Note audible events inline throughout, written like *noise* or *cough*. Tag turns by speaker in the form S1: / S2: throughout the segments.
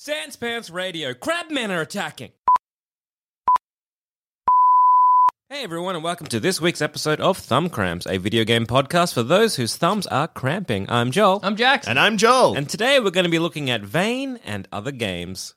S1: Sans Pants Radio. Crabmen are attacking. Hey everyone, and welcome to this week's episode of Thumb Cramps, a video game podcast for those whose thumbs are cramping. I'm Joel.
S2: I'm Jackson.
S3: And I'm Joel.
S1: and today we're going to be looking at Vane and other games.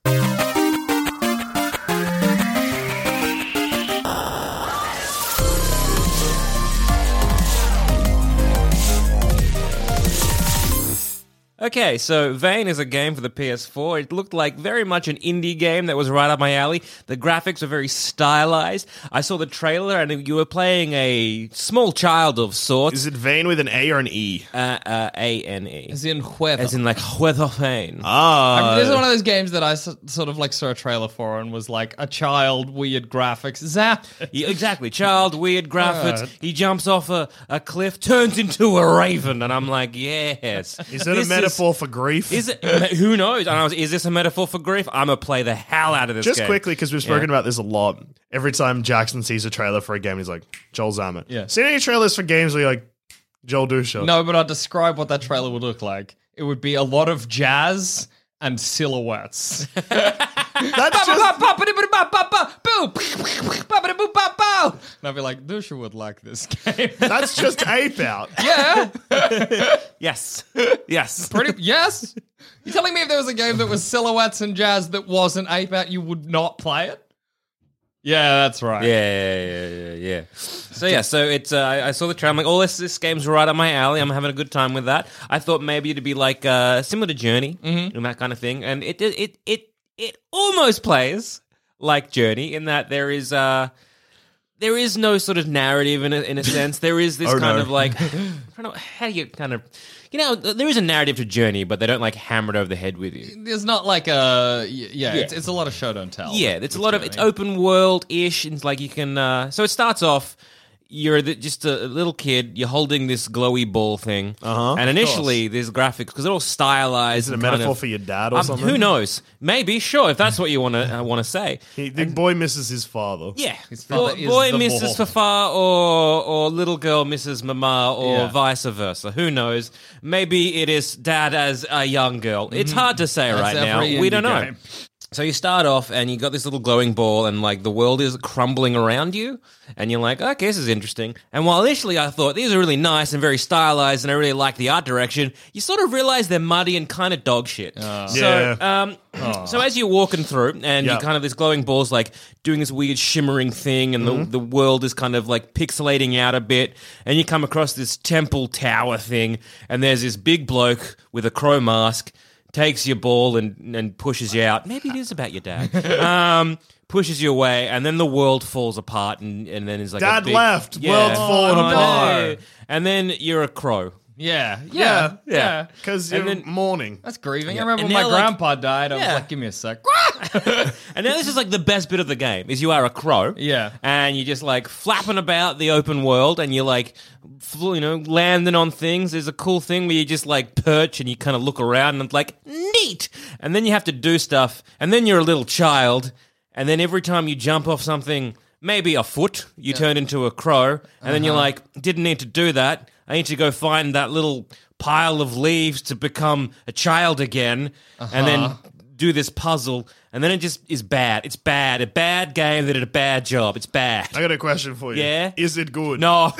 S1: Okay, so Vane is a game for the PS4. It looked like very much an indie game that was right up my alley. The graphics are very stylized. I saw the trailer and you were playing a small child of sorts.
S3: Is it Vane with an A or an E?
S1: Uh, uh, A-N-E.
S2: As in whoever.
S1: As in like *laughs* weather Vane.
S3: Ah,
S2: I- this is one of those games that I s- sort of like saw a trailer for and was like a child, weird graphics, zap.
S1: Yeah, exactly. Child, weird graphics. he jumps off a, a cliff, turns into a raven, and I'm like, yes.
S3: *laughs* is it a
S1: This
S3: metaphor for grief?
S1: Is, it? Who knows? And I was, is this a metaphor for grief? I'm gonna play the hell out of this.
S3: Just
S1: game.
S3: quickly, because we've spoken about this a lot. Every time Jackson sees a trailer for a game, he's like, Joel Zaman.
S2: Yeah.
S3: Seen any trailers for games where you're like, Joel Dusha?
S2: No, but I'll describe what that trailer would look like. It would be a lot of jazz and silhouettes.
S3: That's just,
S2: Ba-ba-ba-ba-ba-ba-ba-boo. and I'd be like, Dusha would like this *laughs* game.
S3: that's just ape out.
S1: *laughs*
S2: yeah,
S1: Yes. Yes.
S2: pretty. Yes, you're telling me if there was a game that was silhouettes and jazz that wasn't ape out, you would not play it? Yeah, that's right.
S1: Yeah, yeah, yeah, yeah, yeah. So yeah, so it's uh, I I saw the trailer. I'm like, oh, this this game's right up my alley. I'm having a good time with that. I thought maybe it'd be like uh, similar to Journey
S3: Mm-hmm.
S1: and that kind of thing. And it did- it it it almost plays like Journey in that there is uh there is no sort of narrative in a, in a sense. There is this
S3: *laughs* Oh,
S1: kind
S3: no.
S1: of like *laughs* I don't know how do you kind of you know th- there is a narrative to Journey, but they don't like hammer it over the head with you.
S2: There's not like a y- yeah. It's, it's a lot of show don't tell.
S1: Yeah, it's a lot of it's open world ish. It's like you can. Uh, so it starts off. You're the, just a little kid. You're holding this glowy ball thing, uh-huh, and initially there's graphics because they're all stylized.
S3: Is it a
S1: and kind
S3: metaphor
S1: of-
S3: for your dad or
S1: Um,
S3: something?
S1: Who knows? Maybe sure if that's what you want to uh, want to say.
S3: He, the boy misses his father.
S1: Yeah,
S2: His
S1: Bo-
S2: father
S1: boy,
S2: is the
S1: misses
S2: ball.
S1: Fafa or or little girl misses Mama or
S2: Yeah.
S1: vice versa. Who knows? Maybe it is dad as a young girl. It's hard to say
S2: Mm-hmm. That's
S1: right now.
S2: every
S1: We
S2: indie
S1: don't know.
S2: game.
S1: So you start off and you got this little glowing ball and like the world is crumbling around you and you're like, okay, this is interesting. And while initially I thought these are really nice and very stylized and I really like the art direction, you sort of realize they're muddy and kind of dog shit.
S2: Ah.
S1: so, um, so as you're walking through and you
S3: Yeah.
S1: kind of this glowing ball's like doing this weird shimmering thing and
S3: Mm-hmm.
S1: the, the world is kind of like pixelating out a bit and you come across this temple tower thing and there's this big bloke with a crow mask takes your ball and, and pushes you out. Maybe it is about your dad.
S3: *laughs*
S1: um, pushes you away, and then the world falls apart, and, and then is like a
S3: Dad
S1: big-
S3: left, world's fallen
S1: and then-
S3: apart.
S1: and then you're a crow.
S2: Yeah, yeah, yeah.
S3: Because
S1: And
S3: you're
S1: then-
S3: mourning.
S2: That's grieving. I remember
S1: And
S2: when my
S1: now, like-
S2: grandpa died. I
S1: Yeah.
S2: was like, give me a sec.
S1: And now this is like the best bit of the game is you are a crow.
S2: Yeah.
S1: And you're just like flapping about the open world and you're like, fl- you know, landing on things. There's a cool thing where you just like perch and you kind of look around and it's like, neat. And then you have to do stuff. And then you're a little child. And then every time you jump off something, maybe a foot, you turn into a crow. And then you're like, didn't need to do that. I need to go find that little pile of leaves to become a child again. And then do this puzzle, and then it just is bad. It's bad. A bad game that did a bad job. It's bad.
S3: I got a question for you.
S1: Yeah? *laughs*
S3: Is it good?
S1: No,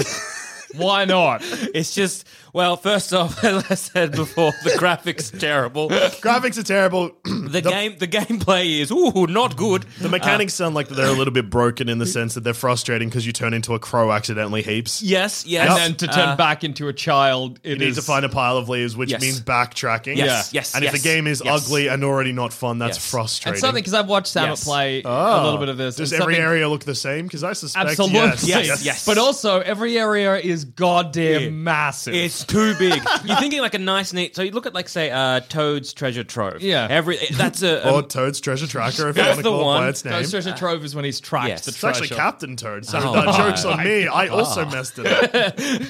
S2: Why not?
S1: it's just Well, first off, *laughs* as I said before, the graphics terrible. The,
S3: Graphics are terrible. *clears throat*
S1: game, the gameplay is ooh not good.
S3: The mechanics sound like they're a little bit broken in the sense that they're frustrating because you turn into a crow accidentally heaps.
S1: yes, yes.
S2: *laughs* And then to turn
S1: Uh,
S2: back into a child, it
S3: You need to
S2: is-
S3: find a pile of leaves, which
S1: Yes.
S3: means backtracking.
S1: Yes, Yeah. yes,
S3: And if
S1: yes,
S3: the game is
S1: yes.
S3: ugly and already not fun, that's
S1: Yes. Oh.
S3: frustrating.
S2: And something because I've watched Sam
S1: Yes.
S2: play a little bit of this.
S3: Does
S2: and
S3: Oh. every
S2: something-
S3: area look the same? Because I suspect
S2: Absolutely,
S3: yes.
S1: Yes, yes.
S2: But also, every area is goddamn
S1: Yeah.
S2: massive.
S1: It's too
S3: *laughs*
S1: big. You're thinking like a nice, neat. So you look at like say uh, Toad's Treasure Trove.
S2: Yeah.
S1: every that's a
S3: Or
S1: um,
S3: Toad's Treasure Tracker, if you want to
S1: the
S3: call it
S1: one.
S3: by its name.
S2: Those
S3: It's
S2: treasure trove is when he's tracked
S1: Uh, Yes.
S2: the
S1: It's
S2: treasure.
S3: actually Captain Toad, so
S1: Oh,
S3: that
S1: my
S3: joke's on me. I also messed it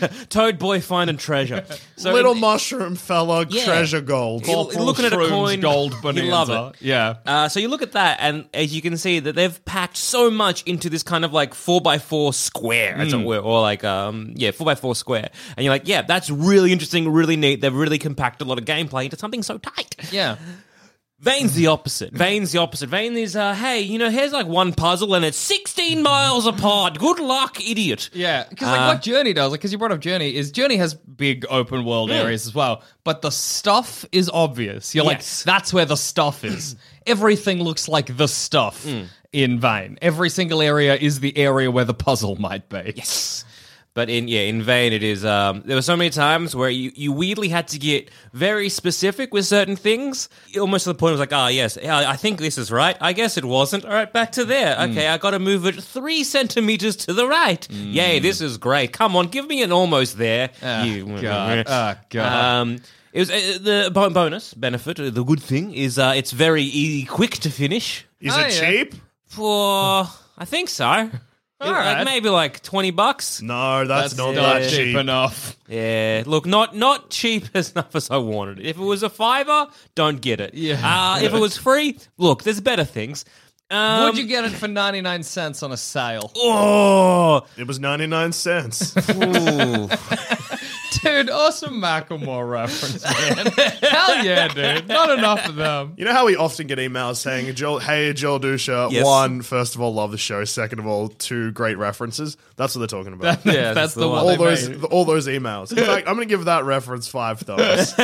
S3: up.
S1: Toad Boy finding
S3: *laughs*
S1: treasure. So
S3: Little
S1: in-
S3: mushroom fella,
S1: Yeah.
S3: treasure gold.
S1: You're looking at a
S2: Shrooms,
S1: coin, *laughs*
S2: gold
S1: you
S2: bonanza.
S1: love it.
S2: Yeah.
S1: Uh, so you look at that, and as you can see, that they've packed so much into this kind of like four by four square, as
S2: Hmm.
S1: it were, or like um, yeah, four by four square. And you're like, yeah, that's really interesting, really neat. They've really compacted a lot of gameplay into something so tight.
S2: Yeah.
S1: Vane's the opposite. Vane's the opposite. Vane is, uh, hey, you know, here's like one puzzle, and it's 16 miles apart. Good luck, idiot.
S2: Yeah, because like what Journey does, like because you brought up Journey, is Journey has big open world areas as well, but the stuff is obvious. You're
S1: Yes.
S2: like, that's where the stuff *clears throat* is. Everything looks like the stuff in vain. Every single area is the area where the puzzle might be.
S1: Yes. But in yeah, in vain it is. Um, there were so many times where you, you weirdly had to get very specific with certain things, almost to the point of like, ah, yes, I, I think this is right. I guess it wasn't. All right, back to there.
S2: Mm.
S1: Okay, I got to move it three centimeters to the right.
S2: Mm.
S1: Yay, this is great. Come on, give me an almost there. you
S2: God. Ah, God.
S1: Um, it was uh, the bo- bonus benefit. uh, The good thing is uh, it's very easy, quick to finish.
S3: Is
S2: Oh,
S3: it
S2: yeah.
S3: cheap?
S1: For I think so.
S2: *laughs*
S1: Like,
S2: right.
S1: maybe like twenty bucks.
S3: No, that's,
S2: That's
S3: not
S2: not
S3: that
S2: cheap
S3: cheap.
S2: enough.
S1: Yeah, look, not not cheap *laughs* enough as I wanted. it. If it was a fiver, don't get it.
S2: Yeah.
S1: Uh, if it was free, look, there's better things. Um,
S2: Would you get it for 99 cents on a sale?
S1: Oh,
S3: It was 99 cents.
S2: Dude, awesome Macklemore *laughs* reference, man. Hell yeah, dude. Not enough of them.
S3: You know how we often get emails saying, Joel, hey, Joel Dusha,
S1: Yes.
S3: one, first of all, love the show. Second of all, two, great references. That's what they're talking about.
S1: Yeah,
S2: *laughs* that's the one.
S3: all
S2: they
S3: those
S2: made.
S3: all those emails. In fact, I'm going to give that reference
S1: *laughs*
S3: five thumbs.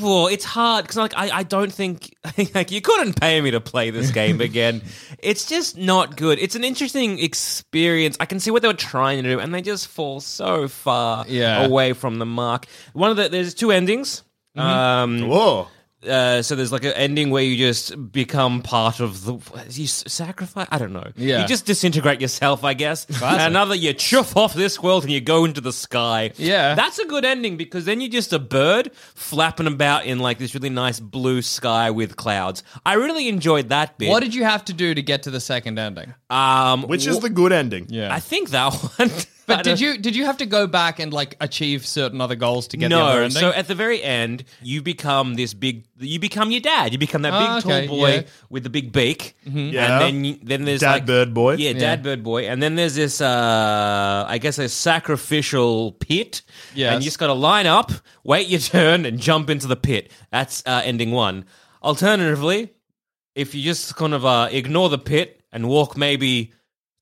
S1: well, oh, it's hard because like I, I don't think *laughs* like you couldn't pay me to play this game
S2: *laughs*
S1: again. it's just not good. It's an interesting experience. I can see what they were trying to do, and they just fall so far
S2: Yeah.
S1: away from the mark. One of the there's two endings. Um,
S3: Whoa.
S1: uh, so there's like an ending where you just become part of the you s- sacrifice. I don't know.
S2: Yeah.
S1: you just disintegrate yourself, I guess. Another, you chuff off this world and you go into the sky.
S2: Yeah.
S1: that's a good ending because then you're just a bird flapping about in like this really nice blue sky with clouds. I really enjoyed that bit.
S2: What did you have to do to get to the second ending?
S1: um,
S3: Which is the good ending.
S2: Yeah.
S1: I think that *laughs* one.
S2: But did you did you have to go back and like achieve certain other goals to get the other
S1: no,
S2: ending?
S1: so at the very end, you become this big. You become your dad. You become that
S2: Ah,
S1: big
S2: okay,
S1: tall boy
S2: yeah.
S1: with the big beak.
S2: Mm-hmm.
S3: Yeah.
S1: and then you- then there's
S3: Dad
S1: like,
S3: bird boy.
S1: Yeah, dad bird boy. And then there's this, uh I guess, a sacrificial pit.
S2: Yes.
S1: and you just got to line up, wait your turn, and jump into the pit. That's uh, ending one. Alternatively, if you just kind of uh, ignore the pit and walk maybe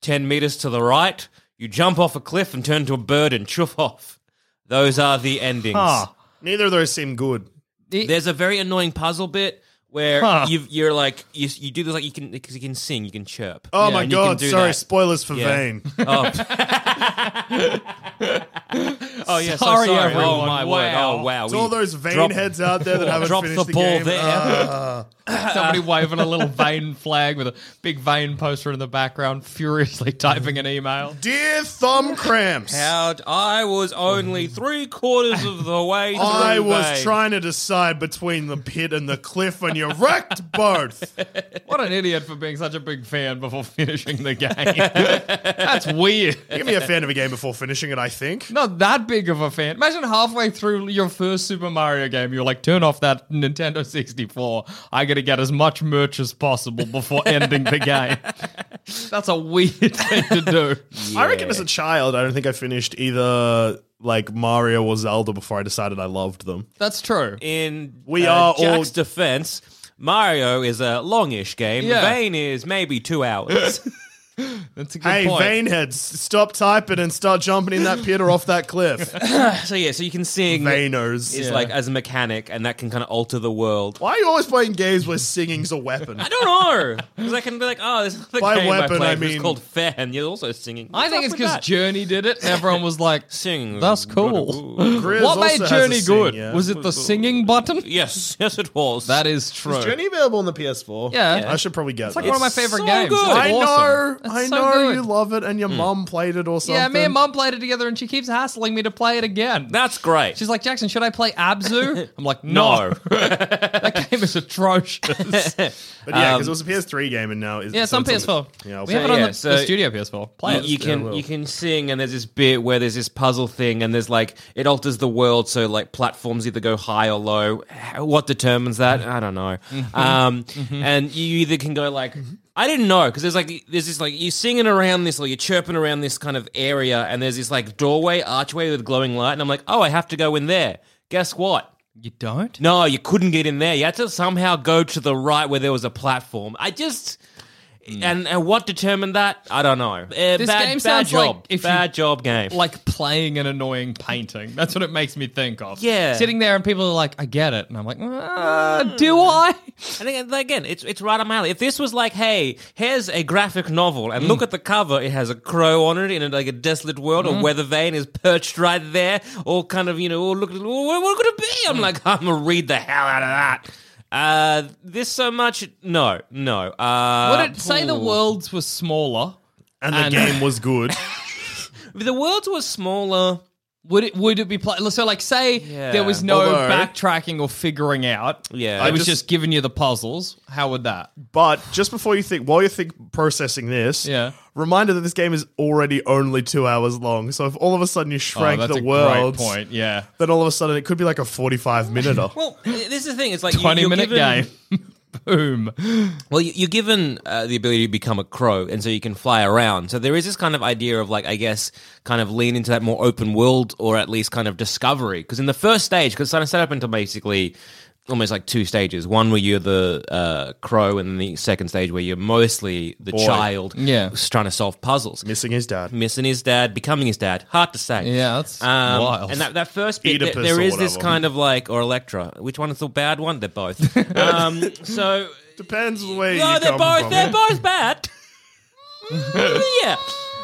S1: ten meters to the right, you jump off a cliff and turn to a bird and chuff off. Those are the endings.
S3: Ah, neither of those seem good.
S1: There's a very annoying puzzle bit where
S2: Huh.
S1: you you're like you, you do this like you can because you can sing, you can chirp.
S3: Oh my
S1: And you can
S3: god!
S1: do
S3: Sorry,
S1: that.
S3: spoilers for
S1: Yeah. *laughs*
S3: Vane.
S1: Oh yeah, so
S2: Sorry,
S1: sorry.
S2: everyone.
S1: Oh my
S2: Wow.
S1: word. Oh wow.
S3: It's
S1: We
S3: all those Vane
S1: drop-
S3: heads out
S1: *laughs*
S3: there that haven't
S1: drop
S3: finished
S1: the
S3: the,
S1: ball
S3: game.
S1: there.
S3: Ah.
S2: Somebody waving a little vein flag with a big vein poster in the background, furiously typing an email.
S3: dear thumb cramps.
S1: out. I was only three quarters of the way.
S3: I
S1: through,
S3: was
S1: babe.
S3: trying to decide between the pit and the cliff, and you wrecked both.
S2: What an idiot for being such a big fan before finishing the game. That's weird.
S3: You can be a fan of a game before finishing it, I think.
S2: Not that big of a fan. Imagine halfway through your first Super Mario game, you're like, turn off that Nintendo 64. I gotta get as much merch as possible before ending the game. That's a weird thing to do.
S3: I reckon as a child, I don't think I finished either like Mario or Zelda before I decided I loved them.
S2: That's true.
S1: In
S3: We
S1: uh,
S3: are all-
S1: Jack's defense. Mario is a longish game.
S2: Yeah.
S3: *laughs*
S1: Vane is maybe two hours.
S2: That's a good
S3: Hey,
S2: point.
S3: Vanehead, s- stop typing and start jumping in that pit or off that *laughs* cliff.
S1: So yeah, so you can sing
S3: Vayners.
S1: is like as a mechanic, and that can kind of alter the
S3: *laughs*
S1: world.
S3: Why are you always playing games where singing's a weapon?
S1: I don't know because I can be like, oh, there's another
S3: By
S1: game
S3: weapon,
S1: I played
S3: I
S1: which is
S3: mean-
S1: called Fair, and you're also singing.
S2: I think
S1: What's
S2: it's
S1: up with
S2: because
S1: that?
S2: Journey did it, and everyone
S3: *laughs*
S2: was like,
S1: sing.
S2: "That's cool."
S3: Grizz
S2: what
S3: also
S2: made
S3: has
S2: Journey
S3: a sing,
S2: good?
S3: yeah.
S2: Was it the singing button?
S1: *laughs* Yes, yes, it was.
S2: That is true.
S3: Is Journey available on the PS4?
S2: Yeah.
S3: I should probably get
S2: it's like
S3: that.
S2: one of my favorite
S1: so
S2: games.
S1: good.
S2: It's
S3: I know,
S2: awesome. It's
S3: I
S2: so
S3: know
S2: good.
S3: you love it, and your mum played it or something.
S2: Yeah, me and mum played it together, and she keeps hassling me to play it again.
S1: that's great.
S2: She's like, Jackson, should I
S1: *laughs*
S2: play Abzu? I'm like, no.
S1: no.
S2: that game
S1: *laughs*
S2: is atrocious.
S3: But yeah, because it was a PS3 game, and now it's
S2: yeah, it's on
S3: so it's
S2: PS4.
S3: Um, Yeah, I'll
S2: we have
S3: play
S2: it on
S1: yeah,
S2: the,
S1: so-
S2: the studio PS4. Play
S1: you,
S2: it.
S1: you can you can sing and there's this bit where there's this puzzle thing and there's like it alters the world so like platforms either go high or low How- what determines that i don't know um and you either can go like i didn't know because there's like there's this like you're singing around this or you're chirping around this kind of area and there's this like doorway archway with glowing light and i'm like oh i have to go in there guess what
S2: You don't?
S1: no, you couldn't get in there. You had to somehow go to the right where there was a platform. I just. And, and what determined that? I don't know. Uh,
S2: Hmm. This
S1: bad,
S2: game
S1: bad
S2: sounds
S1: job.
S2: like if you-
S1: bad job game.
S2: Like playing an annoying painting. That's what it makes me think of.
S1: Yeah.
S2: Sitting there and people are like, I get it. And I'm like, uh, do
S1: Mm.
S2: I?
S1: and again, again, it's it's right up my alley. If this was like, hey, here's a graphic novel,
S2: Hmm.
S1: and look at the cover. It has a crow on it in a, like a desolate world.
S2: Hmm.
S1: A weather vane is perched right there. All kind of you know. All look, at- all, what, what could it be?
S2: Hmm.
S1: I'm like, *laughs* I'm gonna read the hell out of that. Uh, this so much? No, no. Uh,
S2: Would it say the
S1: ooh.
S2: worlds were smaller?
S3: And the
S2: And-
S3: game was good. *laughs*
S1: If the worlds were smaller.
S2: Would it would it be pla so like say
S1: Yeah.
S2: there was no
S3: Although-
S2: backtracking or figuring out?
S1: Yeah.
S2: it
S1: I
S2: was
S3: just-
S2: just, giving you the puzzles. How would that?
S3: But just before you think, while you think processing this,
S2: Yeah.
S3: reminder that this game is already only two hours long. So if all of a sudden you shrank
S2: oh, that's
S3: the
S2: a
S3: world,
S2: great point. Yeah,
S3: then all of a sudden it could be like a
S2: *laughs*
S3: forty-five minuter.
S1: Well, this is the thing. It's like you-
S2: twenty
S1: you're
S2: minute
S1: given,
S2: game. *laughs* Boom.
S1: Well, you- you're given uh, the ability to become a crow, and so you can fly around. So there is this kind of idea of like, I guess, kind of lean into that more open world, or at least kind of discovery. Because in the first stage, because it's set up into basically almost like two stages: one where you're the uh, crow, and the second stage where you're mostly the child,
S2: Yeah.
S1: s- trying to solve puzzles.
S3: Missing his dad.
S1: Missing his dad, becoming his dad. Hard to say. Um,
S2: Yeah, that's wild.
S1: And that, that first bit,
S3: Oedipus
S1: there- there
S3: or
S1: is this
S3: whatever.
S1: kind of like, or Electra. Which one is the bad one? They're both. um, so
S3: Depends where
S1: no,
S3: you
S1: they're
S3: come
S1: both
S3: from.
S1: they're both bad. yeah.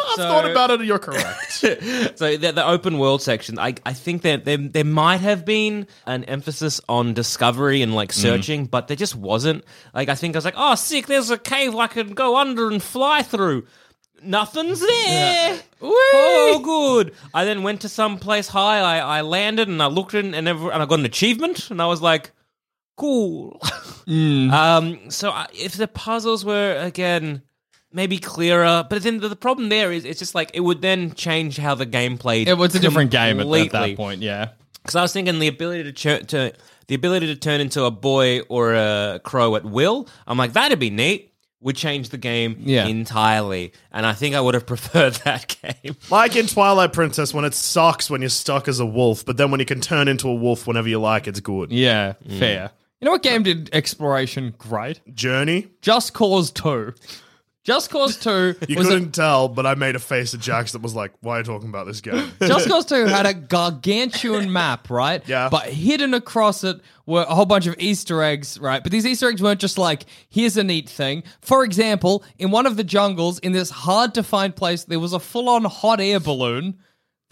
S3: I've thought about it. You're
S2: *laughs*
S3: correct.
S1: So the, the open world section, I, I think that there, there might have been an emphasis on discovery and
S3: Mm.
S1: like searching, but there just wasn't. Like I think I was like, oh, sick! There's a cave I can go under and fly through. Nothing's there. Oh, good. I then went to some place high. I, I landed and I looked in and, every, and I got an achievement and I was like, cool. *laughs*
S2: Mm.
S1: Um, so I, if the puzzles were again maybe clearer, but then the, the problem there is it's just like it would then change how the game played.
S2: It was a different game at, at
S1: completely.
S2: that point. Yeah.
S1: Because I was thinking the ability to, chur to the ability to turn into a boy or a crow at will. I'm like that'd be neat. Would change the game
S2: Yeah.
S1: entirely, and I think I would have *laughs* preferred that game.
S3: like in Twilight Princess, when it sucks when you're stuck as a wolf, but then when you can turn into a wolf whenever you like, it's good.
S2: Yeah,
S1: Mm.
S2: fair. You know what game did exploration great?
S3: Journey.
S2: Just Cause 2. Just Cause 2
S3: You
S2: was a,
S3: couldn't tell, but I made a face at Jax that was like, "Why are you talking about this
S2: *laughs*
S3: game?"
S2: Just Cause 2 had a gargantuan map, right?
S3: Yeah.
S2: But hidden across it were a whole bunch of Easter eggs, right? But these Easter eggs weren't just like, here's a neat thing. For example, in one of the jungles, in this hard to find place, there was a full on hot air balloon.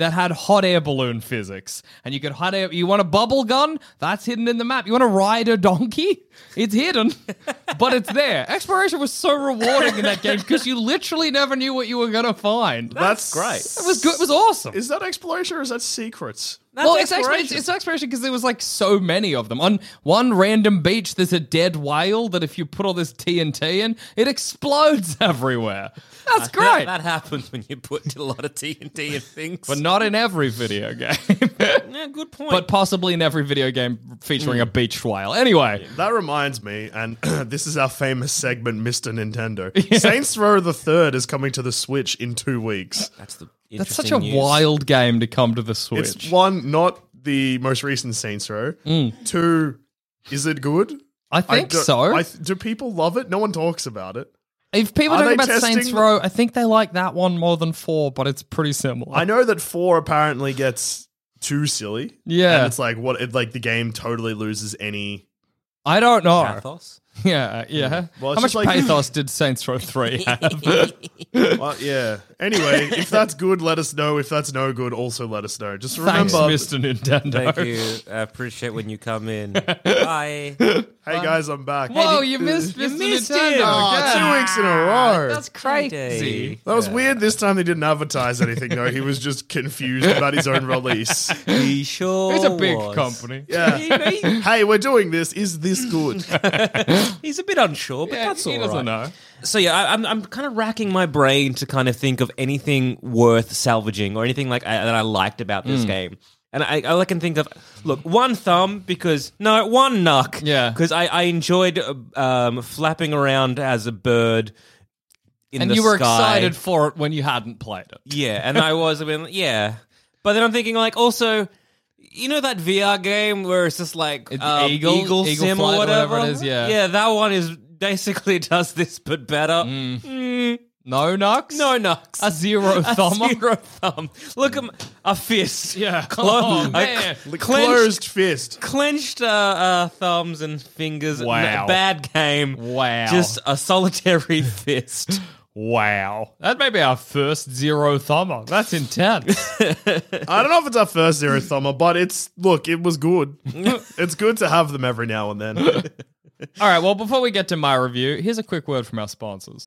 S2: That had hot air balloon physics, and you could hot air. You want a bubble gun? That's hidden in the map. You want to ride a donkey? It's hidden, *laughs* but it's there. Exploration was so rewarding in that game because you literally never knew what you were gonna find. It
S3: That's, great.
S2: was good. It was awesome.
S3: Is that exploration or is that secrets?
S2: well, it's exploration. It's exploration because there was like so many of them. On one random beach, there's a dead whale that if you put all this TNT in, it explodes *laughs* everywhere. That's
S1: That,
S2: great,
S1: that happens when you put a lot of TNT and things.
S2: but not in every video game, *laughs*
S1: yeah, good point.
S2: but possibly in every video game featuring a
S3: Hmm.
S2: beach whale. Anyway,
S3: That reminds me, and *clears throat* this is our famous segment, Mr.
S2: *laughs*
S3: Nintendo. Saints Row the Third is coming to the Switch in two weeks.
S1: that's the
S2: that's
S1: interesting
S2: such a
S1: news.
S2: wild game to come to the Switch. Mm.
S3: It's one, not the most recent Saints Row. Two, is it good?
S2: I think
S3: do-
S2: so.
S3: I th- do people love it? No one talks about it.
S2: If people
S3: Are
S2: talk
S3: they
S2: about Saints
S3: testing-
S2: Row, I think they like that one more than four, but it's pretty similar.
S3: I know that four apparently gets too silly.
S2: Yeah.
S3: and it's like what it, like the game totally loses any.
S2: I don't know.
S1: Pathos.
S2: *laughs* Yeah, yeah.
S3: Hmm. Well,
S2: How
S3: it's
S2: much
S3: just like-
S2: pathos did Saints
S1: *laughs*
S2: Row 3 have?
S3: Well, yeah. Anyway,
S2: *laughs*
S3: if that's good, let us know. If that's no good, also let us know. Just remember,
S2: Thanks, Mr. Nintendo.
S1: Thank you. I appreciate when you come
S2: *laughs*
S1: in. Bye.
S3: hey guys, I'm back.
S2: Whoa, *laughs* you missed
S1: You
S2: Mr.
S1: missed
S2: Nintendo.
S1: it.
S3: Oh,
S2: again.
S3: two weeks in a row.
S2: That's crazy.
S1: Andy.
S3: that was weird. This time they didn't advertise anything though. He was just confused about his own release.
S1: He sure
S2: It's a big
S1: was.
S2: company.
S3: Yeah.
S1: He- he-
S3: Hey, we're doing this. Is this
S2: *laughs*
S3: good?
S1: he's a bit unsure, but that's all
S2: he
S1: right.
S2: doesn't know.
S1: So yeah, I, I'm I'm kind of racking my brain to kind of think of anything worth salvaging or anything like I, that I liked about
S2: Mm.
S1: this game. And I, all I can think of, look, one thumb because no, one knuck,
S2: Yeah.
S1: because I, I enjoyed uh, um, flapping around as a bird in
S2: And
S1: the
S2: you were
S1: sky.
S2: excited for it when you hadn't played it.
S1: yeah. And I was, I mean, yeah, but then I'm thinking like also, you know that VR game where it's just like
S2: It's
S1: um,
S2: Eagle-
S1: Eagle
S2: Eagle
S1: Sim
S2: Flight
S1: or
S2: or
S1: whatever.
S2: whatever it is, yeah.
S1: yeah, that one is basically *laughs* does this but better.
S2: Mm. No Nux?
S1: No knocks.
S2: A zero thumb?
S1: A zero thumb. Look at m- a fist.
S2: Yeah.
S1: Clo-
S2: Oh,
S1: a
S2: man.
S1: cl-
S3: Like,
S1: clenched,
S3: Closed fist.
S1: clenched uh, uh, thumbs and fingers. N-
S2: Wow.
S1: bad game.
S2: Wow.
S1: Just a solitary fist.
S2: Wow. That may be our first zero thumber. That's intense.
S3: I don't know if it's our first zero thumber, but it's look, it was good.
S2: *laughs*
S3: it's good to have them every now and then.
S2: Mm. All right, well, before we get to my review, here's a quick word from our sponsors.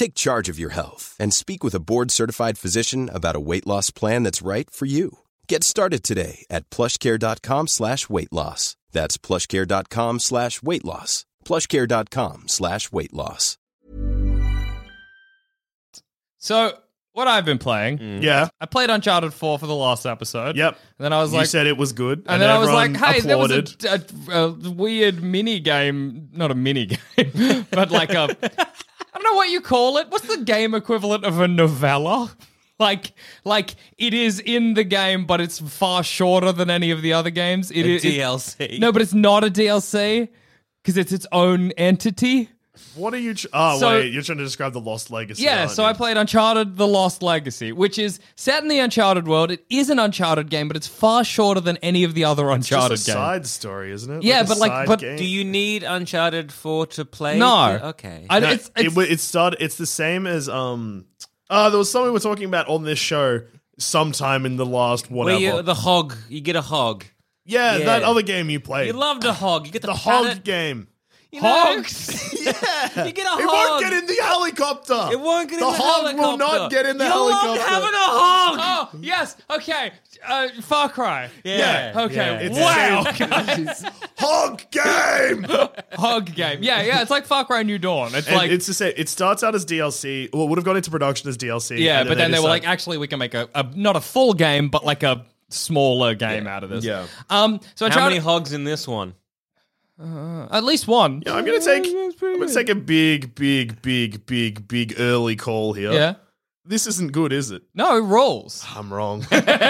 S4: Take charge of your health and speak with a board-certified physician about a weight loss plan that's right for you. Get started today at plushcare.com slash weight loss. That's plushcare.com slash weight loss. plushcare.com slash weight loss.
S2: So, what I've been playing,
S3: yeah.
S2: I played Uncharted 4 for the last episode.
S3: Mm. Yep.
S2: And then I was
S3: you
S2: like,
S3: said it was good.
S2: and, then I was like,
S3: everyone
S2: hey,
S3: applauded.
S2: there was a, a, a weird mini game, not a mini game, *laughs* but like a, I don't know what you call it. What's the game equivalent of a novella? *laughs* Like, like it is in the game, but it's far shorter than any of the other games. It
S1: A
S2: is
S1: DLC.
S2: no, but it's not a DLC because it's its own entity.
S3: What are you? Tr- oh
S2: So-
S3: wait, you're trying to describe the Lost Legacy.
S2: Yeah,
S3: aren't
S2: so
S3: you?
S2: I played Uncharted The Lost Legacy, which is set in the Uncharted world. It is an Uncharted game, but it's far shorter than any of the other Uncharted
S3: Just a
S2: games.
S3: side story, isn't it?
S2: Yeah,
S3: a
S2: but like-
S3: side
S2: but
S3: game.
S1: Do you need Uncharted 4 to play?
S2: No.
S1: Okay.
S2: I,
S3: No,
S2: it's,
S3: it,
S2: it's,
S3: wa- it started. It's the same as um. Uh, there was something we were talking about on this show sometime in the last
S1: Where
S3: whatever.
S1: you, the hog, you get a hog.
S3: yeah,
S1: yeah.
S3: that other game you played.
S1: You loved a hog. You get the,
S3: the hog
S1: planet,
S3: game.
S1: you know?
S2: hogs.
S3: Yeah,
S1: You get a
S3: It
S1: hog.
S3: won't get in the helicopter.
S1: It won't get
S3: the
S1: in the
S3: hog
S1: helicopter.
S3: will not get in the
S1: you
S3: helicopter.
S1: love having a hog.
S2: *laughs* oh, yes. Okay. Uh, Far Cry.
S1: Yeah.
S2: Okay.
S3: It's
S1: *laughs*
S2: wow.
S3: wow, hog game.
S2: Hog game. Yeah, yeah. It's like Far Cry New Dawn. It's
S3: And
S2: like.
S3: it's the same. It starts out as DLC. Well, it would have gone into production as DLC.
S2: yeah,
S3: and
S2: but then
S3: they
S2: they were
S3: decide-
S2: like, actually, we can make a, a not a full game, but like a smaller game out of this.
S3: Yeah.
S2: Um. So I
S1: How
S2: tried
S1: many hogs in this one?
S2: at least one.
S3: Yeah, I'm gonna take. I'm gonna take a big, big, big, big, big early call here.
S2: Yeah.
S3: This isn't good, is it?
S2: No, rules.
S3: I'm wrong.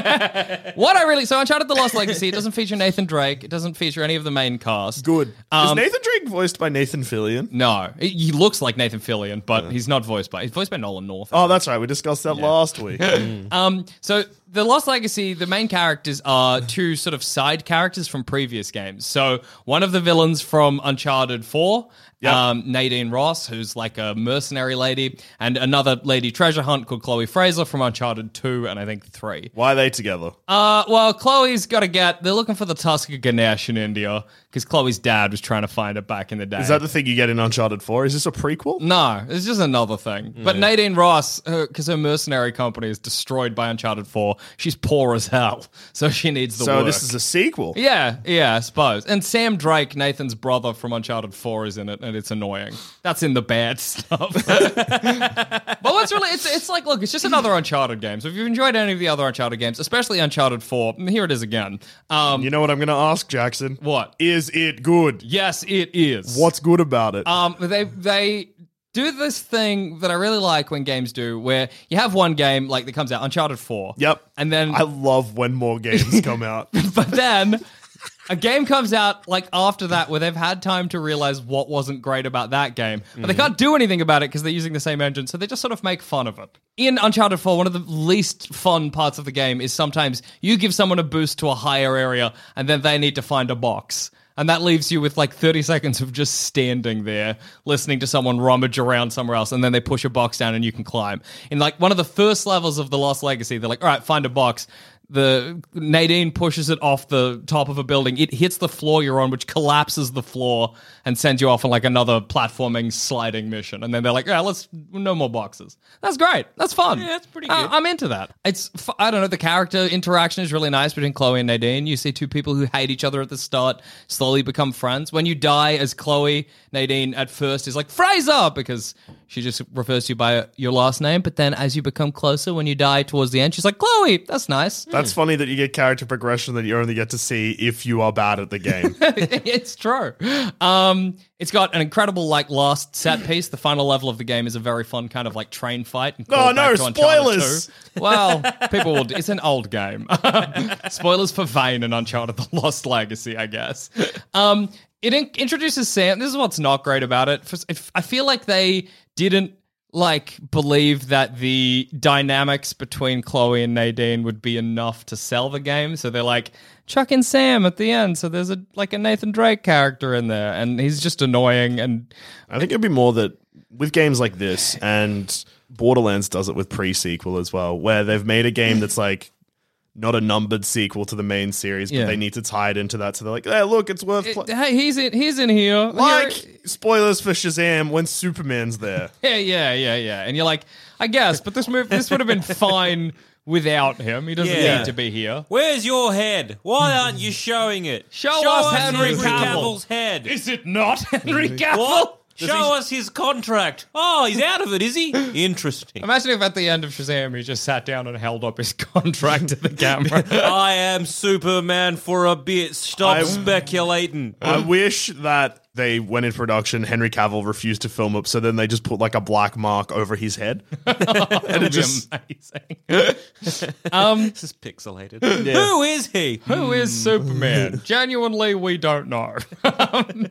S2: what I really so Uncharted: The Lost Legacy. It doesn't feature Nathan Drake. It doesn't feature any of the main cast.
S3: *laughs*
S2: Um,
S3: Good. is Nathan Drake voiced by Nathan Fillion?
S2: No, he- he looks like Nathan Fillion, but he's not voiced by. He's voiced by Nolan North.
S3: Oh, that's right. We discussed that last *laughs* week. Mm.
S2: Um, so the Lost Legacy, the main characters are two sort of side characters from previous games. So one of the villains from Uncharted Four, um, Nadine Ross, who's like a mercenary lady, and another lady treasure hunt called Chloe Fraser from Uncharted Two and I think Three.
S3: Why are they together?
S2: Uh, well, Chloe's got to get. They're looking for the Tusker Ganesh in India because Chloe's dad was trying to find it back in the day.
S3: Is that the thing you get in Uncharted 4? Is this a prequel?
S2: No, it's just another thing. But Nadine Ross, because her, mercenary company is destroyed by Uncharted 4, she's poor as hell. *laughs* So she needs the
S3: so
S2: work.
S3: this is a sequel.
S2: Yeah, yeah, I suppose. And Sam Drake, Nathan's brother from Uncharted 4, is in it, and it's annoying. That's in the bad *laughs* stuff. but what's really, it's, it's like, look, it's just another Uncharted game. So if you've enjoyed any of the other Uncharted games, especially Uncharted 4, and here it is again. Um,
S3: You know what I'm going to ask, Jackson?
S2: What?
S3: Is it good?
S2: Yes, it is.
S3: What's good about it?
S2: Um, they they do this thing that I really like when games do, where you have one game like that comes out, Uncharted Four.
S3: yep.
S2: and then
S3: I love when more games come out.
S2: *laughs* but then a game comes out like after that where they've had time to realize what wasn't great about that game, but
S3: Mm-hmm.
S2: they can't do anything about it because they're using the same engine, so they just sort of make fun of it. In Uncharted 4, one of the least fun parts of the game is sometimes you give someone a boost to a higher area and then they need to find a box. And that leaves you with like 30 seconds of just standing there, listening to someone rummage around somewhere else, and then they push a box down and you can climb. In like one of the first levels of The Lost Legacy, they're like, all right, find a box. The Nadine pushes it off the top of a building. It hits the floor you're on, which collapses the floor and sends you off on like another platforming sliding mission. And then they're like, "Yeah, let's no more boxes." That's great. That's fun. Uh, Yeah, that's pretty good. I'm into that. It's f- I don't know. The character interaction is really nice between Chloe and Nadine. You see two people who hate each other at the start slowly become friends. When you die as Chloe, Nadine at first is like Fraser because she just refers to you by your last name. But then as you become closer, when you die towards the end, she's like Chloe. That's nice. *laughs*
S3: That's funny that you get character progression that you only get to see if you are bad at the
S2: *laughs*
S3: game.
S2: it's true. Um, it's got an incredible like last set piece. The final level of the game is a very fun kind of like train fight. And
S3: No,
S2: callback
S3: no,
S2: to Uncharted
S3: spoilers!
S2: 2. Well, people will. It's an old game. *laughs* spoilers for Vane and Uncharted: The Lost Legacy, I guess. Um, it in- introduces Sam. This is what's not great about it. For- if- I feel like they didn't like believe that the dynamics between Chloe and Nadine would be enough to sell the game. So they're like, chuck in Sam at the end. So there's a like a Nathan Drake character in there, and he's just annoying. And
S3: I think it'd be more that with games like this, and Borderlands does it with pre sequel as well, where they've made a game that's like not a numbered sequel to the main series, but
S2: Yeah.
S3: they need to tie it into that. So they're like, hey, look, it's worth playing.
S2: hey, he's in he's in here.
S3: Like,
S2: Here-
S3: spoilers for Shazam when Superman's
S2: *laughs*
S3: there.
S2: yeah, yeah, yeah, yeah. And you're like, I guess, but this move this would
S3: *laughs*
S2: have been fine without him. He doesn't
S1: Yeah.
S2: need to be here.
S1: Where's your head? *laughs* Why aren't you showing it?
S2: Show us Henry Cavill.
S1: Cavill's head.
S2: Is it *laughs* not Henry Cavill?
S1: what? Show us his contract. Oh, he's out of it, is *laughs* he? Interesting.
S2: Imagine if at the end of Shazam he just sat down and held up his *laughs* contract
S3: *laughs*
S2: to the camera.
S1: I am Superman for a bit. Stop
S3: I-
S1: speculating.
S3: I wish that they went in production, Henry Cavill refused to film it, so then they just put like a black mark over his head. and it just
S2: Amazing. um,
S1: This is pixelated. *laughs* Who is he?
S2: who
S3: Hmm.
S2: is Superman? Genuinely, we don't know. *laughs* Um,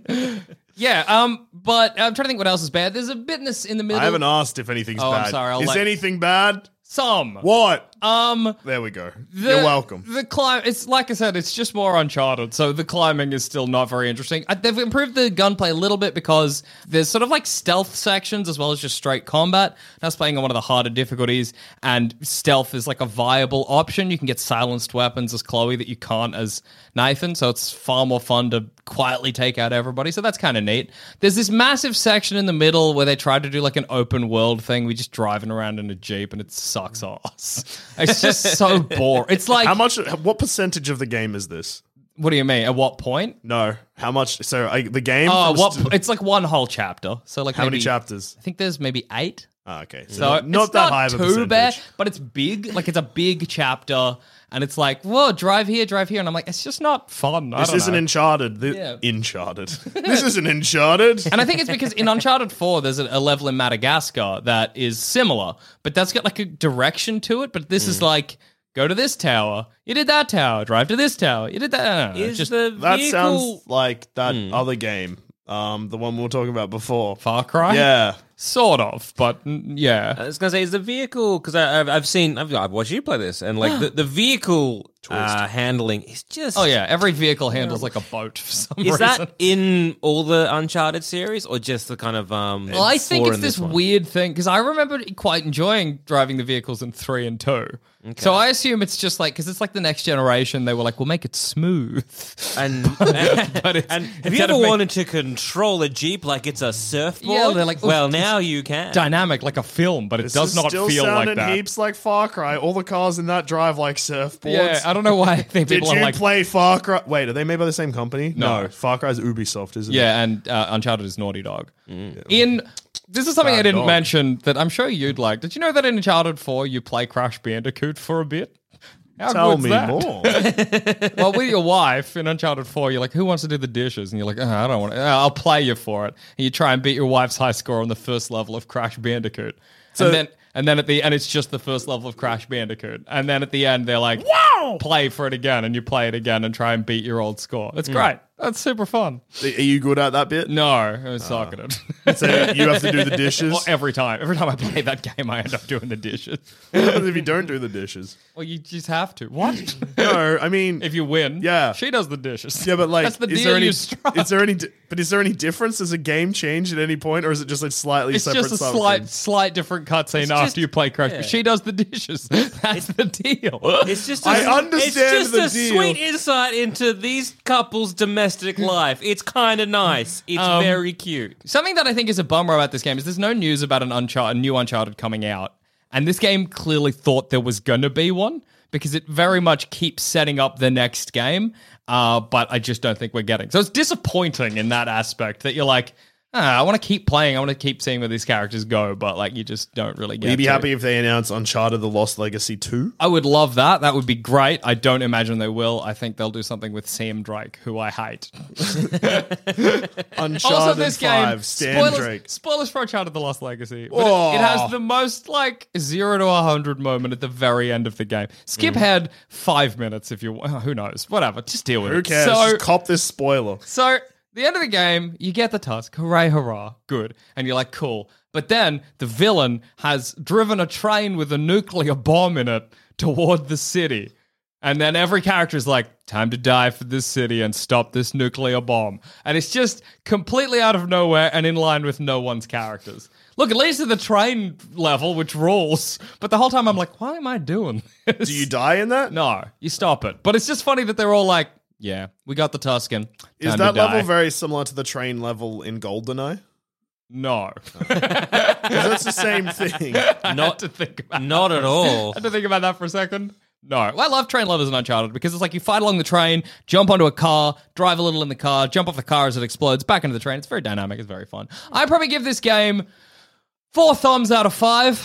S2: yeah, um, but I'm trying to think what else is bad. There's a bit in this in the middle.
S3: I haven't asked if anything's
S2: Oh, I'm
S3: bad.
S2: sorry, I'll
S3: Is
S2: let-
S3: anything bad?
S2: Some.
S3: What?
S2: Um,
S3: There we go.
S2: the-
S3: You're welcome.
S2: The climb. It's like I said. It's just more uncharted. So the climbing is still not very interesting. Uh, They've improved the gunplay a little bit because there's sort of like stealth sections as well as just straight combat. And I was playing on one of the harder difficulties, and stealth is like a viable option. You can get silenced weapons as Chloe that you can't as Nathan. So it's far more fun to quietly take out everybody. So that's kind of neat. There's this massive section in the middle where they try to do like an open world thing. We just driving around in a jeep, and it sucks ass. It's just so boring. It's like
S3: How much? What percentage of the game is this?
S2: What do you mean? At what point?
S3: No. How much? So I, the game.
S2: Oh,
S3: from
S2: what?
S3: st-
S2: it's like one whole chapter. So like
S3: How many
S2: maybe-
S3: chapters?
S2: I think there's maybe eight.
S3: Ah, okay. So,
S2: So,
S3: not,
S2: it's
S3: not that high of a
S2: too
S3: percentage.
S2: bad, but it's big. Like it's a big chapter, and it's like, whoa, drive here, drive here, and I'm like, it's just not fun. I
S3: This
S2: don't
S3: isn't
S2: know.
S3: Uncharted. Thi-
S2: Yeah. *laughs*
S3: Uncharted. this isn't Uncharted.
S2: And I think it's because in Uncharted 4, there's a, a level in Madagascar that is similar, but that's got like a direction to it. But this is
S3: Hmm.
S2: like, go to this tower, you did that tower, drive to this tower, you did that. I don't know,
S1: Is
S2: just
S1: the
S3: *laughs* that
S1: vehicle
S3: sounds like that other game, um, the one we were talking about before.
S2: Hmm. Far Cry?
S3: Yeah.
S2: Sort of, but mm, yeah.
S1: I was gonna say, is the vehicle because I've I've seen I've, I've watched you play this, and *gasps* like the, the vehicle uh, handling is just *laughs*
S2: Oh, yeah. Every vehicle handles like a boat for some
S1: Is
S2: reason.
S1: that in all the Uncharted series or just the kind of um? *laughs*
S2: Well, I think
S1: four
S2: it's
S1: in
S2: this,
S1: one?
S2: weird thing because I remember quite enjoying driving the vehicles in three and two. So I assume it's just like because it's like the next generation. They were like, "We'll make it smooth."
S1: And, and,
S2: *laughs* But it's-
S1: have you
S2: instead
S1: ever
S2: of make-
S1: wanted to control a jeep like it's a surfboard?
S2: Yeah, they're like, "Ooh,
S1: well,
S2: this-
S1: now you can.
S2: Dynamic, like a film, but it
S3: This
S2: does
S3: is
S2: not
S3: still
S2: feel
S3: sounding
S2: like that.
S3: heaps like Far Cry. All the cars in that drive like surfboards.
S2: Yeah, I don't know why I
S3: *laughs*
S2: think
S3: Did
S2: people
S3: you
S2: are like.
S3: play Far Cry? Wait, are they made by the same company?
S2: No.
S3: Far Cry's Ubisoft, isn't it?
S2: yeah, and uh, Uncharted is Naughty Dog. In this is something
S3: Mm.
S2: I
S3: Bad
S2: didn't
S3: dog.
S2: mention that I'm sure you'd like. Did you know that in Uncharted Four you play Crash Bandicoot for a bit? How
S3: Tell
S2: good's
S3: me
S2: that?
S3: more.
S2: *laughs* well, with your wife in Uncharted 4, you're like, who wants to do the dishes? And you're like, oh, I don't want to. I'll play you for it. And you try and beat your wife's high score on the first level of Crash Bandicoot. and then and then at the and it's just the first level of Crash Bandicoot. And then at the end they're like, wow, play for it again and you play it again and try and beat your old score.
S3: Hmm.
S2: It's great. That's super fun.
S3: Are you good at that bit?
S2: No, I was sucking it.
S3: *laughs* So you have to do the dishes.
S2: Well, *laughs* every time, every time I play that game, I end up doing the dishes.
S3: What happens if you don't do the dishes?
S2: Well, you just have to. What?
S3: No, I mean,
S2: *laughs* if you win,
S3: Yeah.
S2: she does the dishes.
S3: yeah, but like,
S2: that's the
S3: is
S2: deal
S3: there any?
S2: you struck.
S3: Is there any? di- But is there any difference? Does a game change at any point, or is it just like slightly
S2: It's
S3: separate?
S2: just a
S3: substance?
S2: slight, slight different cutscene
S1: It's
S2: after
S1: just-
S2: you play Crash.
S1: yeah.
S2: but She does the dishes. *laughs* That's the deal.
S1: It's just a,
S3: I understand
S1: it's just
S3: the
S1: a
S3: deal.
S1: sweet insight into these couples'
S2: *laughs*
S1: domestic life. It's kind of nice. It's
S2: Um,
S1: very cute.
S2: Something that I think is a bummer about this game is there's no news about an Uncharted, a new Uncharted coming out, and this game clearly thought there was going to be one because it very much keeps setting up the next game. Uh, but I just don't think we're getting. So it's disappointing in that aspect that you're like. Ah, I want to keep playing. I want to keep seeing where these characters go, but like you just don't really get.
S3: Would you be
S2: to.
S3: happy if they announce Uncharted: The Lost Legacy two?
S2: I would love that. That would be great. I don't imagine they will. I think they'll do something with Sam Drake, who I hate.
S3: Uncharted
S2: also, this
S3: five,
S2: game
S3: Stan
S2: spoilers,
S3: Drake.
S2: spoilers for Uncharted: The Lost Legacy. But
S3: Oh.
S2: it, it has the most like zero to hundred moment at the very end of the game. Skip
S3: Mm.
S2: ahead five minutes if you. *laughs* want. Who knows? Whatever. Just deal with
S3: Who
S2: it.
S3: cares?
S2: So
S3: Just cop this spoiler.
S2: so the end of the game, you get the tusk, hooray, hurrah, good, and you're like, cool. But then the villain has driven a train with a nuclear bomb in it toward the city. And then every character is like, time to die for this city and stop this nuclear bomb. And it's just completely out of nowhere and in line with no one's characters. Look, it leads to the train level, which rules. But the whole time I'm like, why am I doing this?
S3: Do you die in that?
S2: No, you stop it. But it's just funny that they're all like, yeah, we got the Tuscan.
S3: Is
S2: Time to
S3: that level
S2: die."
S3: very similar to the train level in Goldeneye?
S2: No.
S3: Because that's the
S2: *laughs*
S3: same thing.
S2: Not to think about
S1: Not at all.
S2: *laughs* I had to think about that for a second. No. Well, I love train levels in Uncharted because it's like you fight along the train, jump onto a car, drive a little in the car, jump off the car as it explodes, back into the train. It's very dynamic. It's very fun. I probably give this game four thumbs out of five.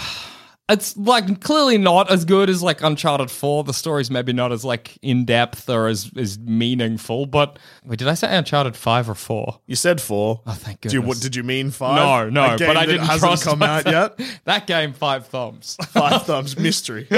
S2: It's like clearly not as good as like Uncharted Four. The story's maybe not as like in depth or as as meaningful. But wait, did I say Uncharted Five or Four?
S3: You said four.
S2: Oh, thank
S3: Do you, what,
S2: goodness.
S3: did you mean five?
S2: No, no,
S3: A game
S2: but I
S3: that
S2: didn't
S3: hasn't
S2: trust
S3: come out
S2: myself.
S3: yet.
S2: *laughs* That game, five thumbs.
S3: *laughs* Five thumbs mystery.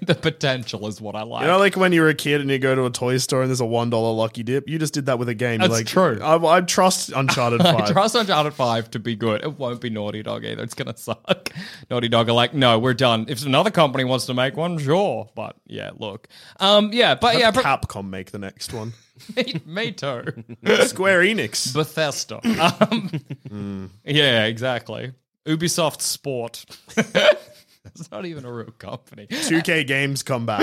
S2: the potential is what I like.
S3: You know, like when you were a kid and you go to a toy store and there's a one dollar lucky dip. You just did that with a game. You're
S2: That's
S3: like,
S2: true.
S3: I, I trust
S2: *laughs*
S3: Uncharted Five.
S2: I trust Uncharted 5 to be good. It won't be Naughty Dog either. It's going to suck. *laughs* Naughty Dog are like, no, we're done. If another company wants to make one, sure. But yeah, look. Um, yeah, but yeah,
S3: Have
S2: pro-
S3: Capcom make the next one.
S2: *laughs* me, me too.
S3: Square Enix.
S2: Bethesda. *laughs* Um, Yeah, exactly. Ubisoft Sport. *laughs* It's not even a real company.
S3: 2K Games come back.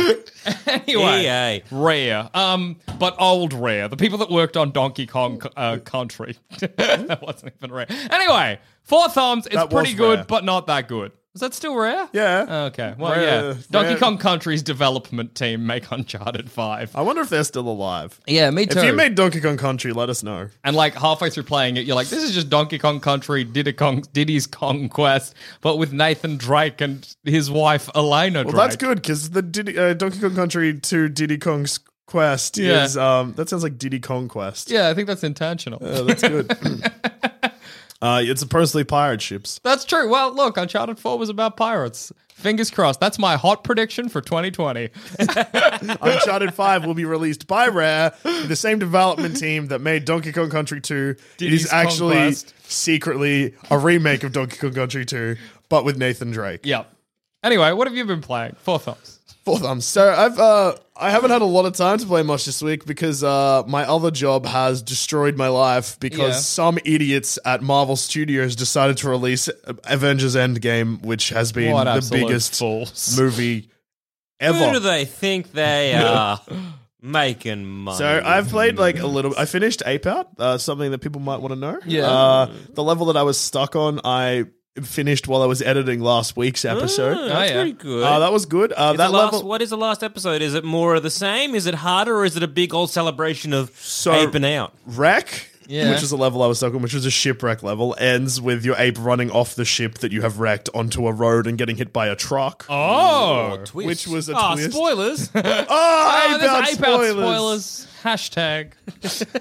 S2: Anyway,
S1: EA.
S2: Rare, um, but old Rare, the people that worked on Donkey Kong uh, *laughs* Country. that wasn't even Rare. Anyway, four thumbs. It's
S3: That was
S2: pretty good,
S3: Rare.
S2: but not that good. Is that still rare? Oh,
S3: Yeah.
S2: Okay. Well,
S3: Rare-
S2: yeah. Donkey
S3: rare-
S2: Kong Country's development team make Uncharted 5.
S3: I wonder if they're still alive.
S2: Yeah, me
S3: If you
S2: too.
S3: made Donkey Kong Country, let us know.
S2: And like halfway through playing it, you're like, this is just Donkey Kong Country, Diddy Kong, Diddy's Conquest, but with Nathan Drake and his wife, Elena
S3: Well,
S2: Drake.
S3: that's good because the Diddy, uh, Donkey Kong Country to Diddy Kong's Quest
S2: Yeah.
S3: is um that sounds like Diddy Kong Quest.
S2: Yeah, I think that's intentional.
S3: Oh, that's good.
S2: *laughs*
S3: *clears throat* uh, it's supposedly pirate ships.
S2: That's true. Well, look, Uncharted 4 was about pirates. Fingers crossed. That's my hot prediction for 2020.
S3: Uncharted Five will be released by Rare, the same development team that made Donkey Kong Country Two. it
S2: Diddy's
S3: is actually
S2: Conquest.
S3: secretly a remake of Donkey Kong Country Two, but with Nathan Drake.
S2: *laughs* yep. Anyway, what have you been playing? Four thumbs.
S3: Four thumbs. So I've uh, I haven't had a lot of time to play much this week because uh, my other job has destroyed my life because
S2: Yeah.
S3: some idiots at Marvel Studios decided to release Avengers Endgame, which has been
S2: What
S3: the
S2: absolute
S3: biggest
S2: fools.
S3: movie
S1: Who do
S3: ever.
S1: they think
S2: *laughs*
S1: they are making money?
S3: So I've played like a little. I finished Ape Out, uh, something that people might want to know.
S2: Yeah.
S3: uh, the level that I was stuck on, I finished while I was editing last week's episode.
S1: Oh,
S3: Oh,
S1: that's
S2: yeah.
S1: pretty good.
S3: that was good. Uh,
S1: Is
S3: that
S1: the last,
S3: level.
S1: what is the last episode? Is it more of the same? Is it harder, or is it a big old celebration of aping out?
S3: wreck,
S2: Yeah.
S3: which is a level I was stuck on, which was a shipwreck level, ends with your ape running off the ship that you have wrecked onto a road and getting hit by a truck.
S2: Oh.
S1: Twist.
S3: Which was a
S2: Ah,
S3: twist.
S2: *laughs* spoilers.
S3: oh,
S2: Ah,
S3: ape
S2: there's
S3: out
S2: ape out
S3: spoilers.
S2: spoilers. *laughs* Hashtag.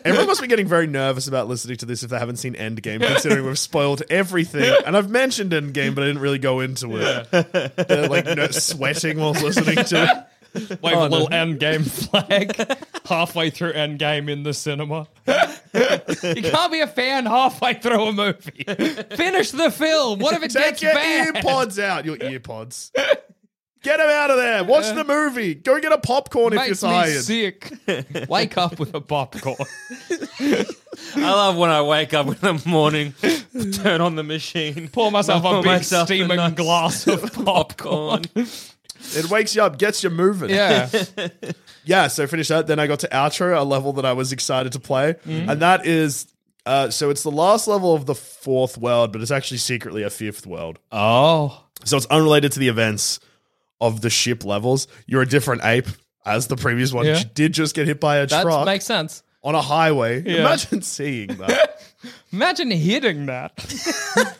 S3: Everyone must be getting very nervous about listening to this if they haven't seen Endgame, considering we've spoiled
S2: *laughs*
S3: everything. And I've mentioned Endgame, but I didn't really go into it. They're like no, sweating while listening
S2: *laughs*
S3: to it.
S2: Wave a little end game flag *laughs* halfway through end game in the cinema. *laughs* you can't be a fan halfway through a *laughs* movie. Finish the film. What if it
S3: Take
S2: gets
S3: your
S2: bad?
S3: earpods out, your earpods. Get them out of there. Watch the movie. Go get a popcorn if you're
S2: Makes me
S3: tired. *laughs*
S2: sick. Wake up with a *laughs* popcorn.
S1: I love when I wake up in the morning, *laughs* turn on the machine,
S2: Pour myself
S1: Pour
S2: a big
S1: myself a
S2: steaming
S1: nice
S3: *laughs*
S2: glass of popcorn.
S1: popcorn.
S3: It wakes you up, gets you moving.
S2: yeah.
S3: yeah, so finish that. Then I got to outro, a level that I was excited to play.
S2: Mm-hmm.
S3: And that is uh, so it's the last level of the fourth world, but it's actually secretly a fifth world. Uh,
S2: Oh.
S3: So it's unrelated to the events of the ship levels. You're a different ape as the previous one.
S2: Yeah.
S3: You did just get hit by a
S2: That
S3: truck
S2: makes sense.
S3: on a highway.
S2: Yeah.
S3: Imagine seeing that.
S2: Imagine hitting that.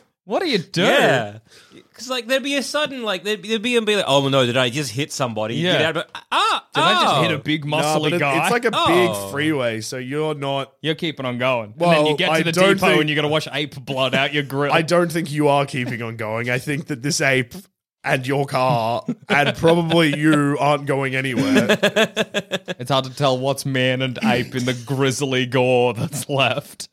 S2: *laughs* what do you do?
S1: Yeah. Because like there'd be a sudden like there'd be, there'd be and be like oh well, no did I just hit somebody
S2: Yeah.
S1: Get out of it. ah
S2: Did I just
S1: oh.
S2: hit a big
S3: No,
S2: *laughs* muscly
S3: but it-
S2: guy?
S3: it's like a
S1: Oh.
S3: big freeway, so you're not
S2: *laughs* You're keeping on going. and
S3: Well,
S2: then you get
S3: I
S2: to the
S3: don't
S2: depot
S3: think-
S2: and you got to wash ape blood out your grill.
S3: I don't think you are keeping on going. I think that this ape and your car and probably you aren't going anywhere.
S2: It's hard to tell what's man and ape in the grizzly gore that's
S3: *laughs*
S2: left.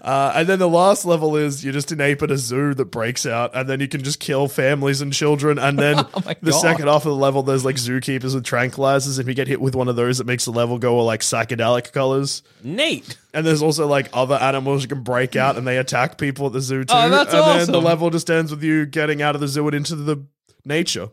S3: Uh, and then the last level is you're just an ape at a zoo that breaks out, and then you can just kill families and children. And then
S2: *laughs* Oh my
S3: the
S2: God.
S3: second half of the level, there's like zookeepers with tranquilizers. If you get hit with one of those, it makes the level go like psychedelic colors.
S1: neat
S3: And there's also like other animals you can break out and they attack people at the zoo too.
S2: Oh, that's
S3: and then the
S2: awesome.
S3: level just ends with you getting out of the zoo and into the nature.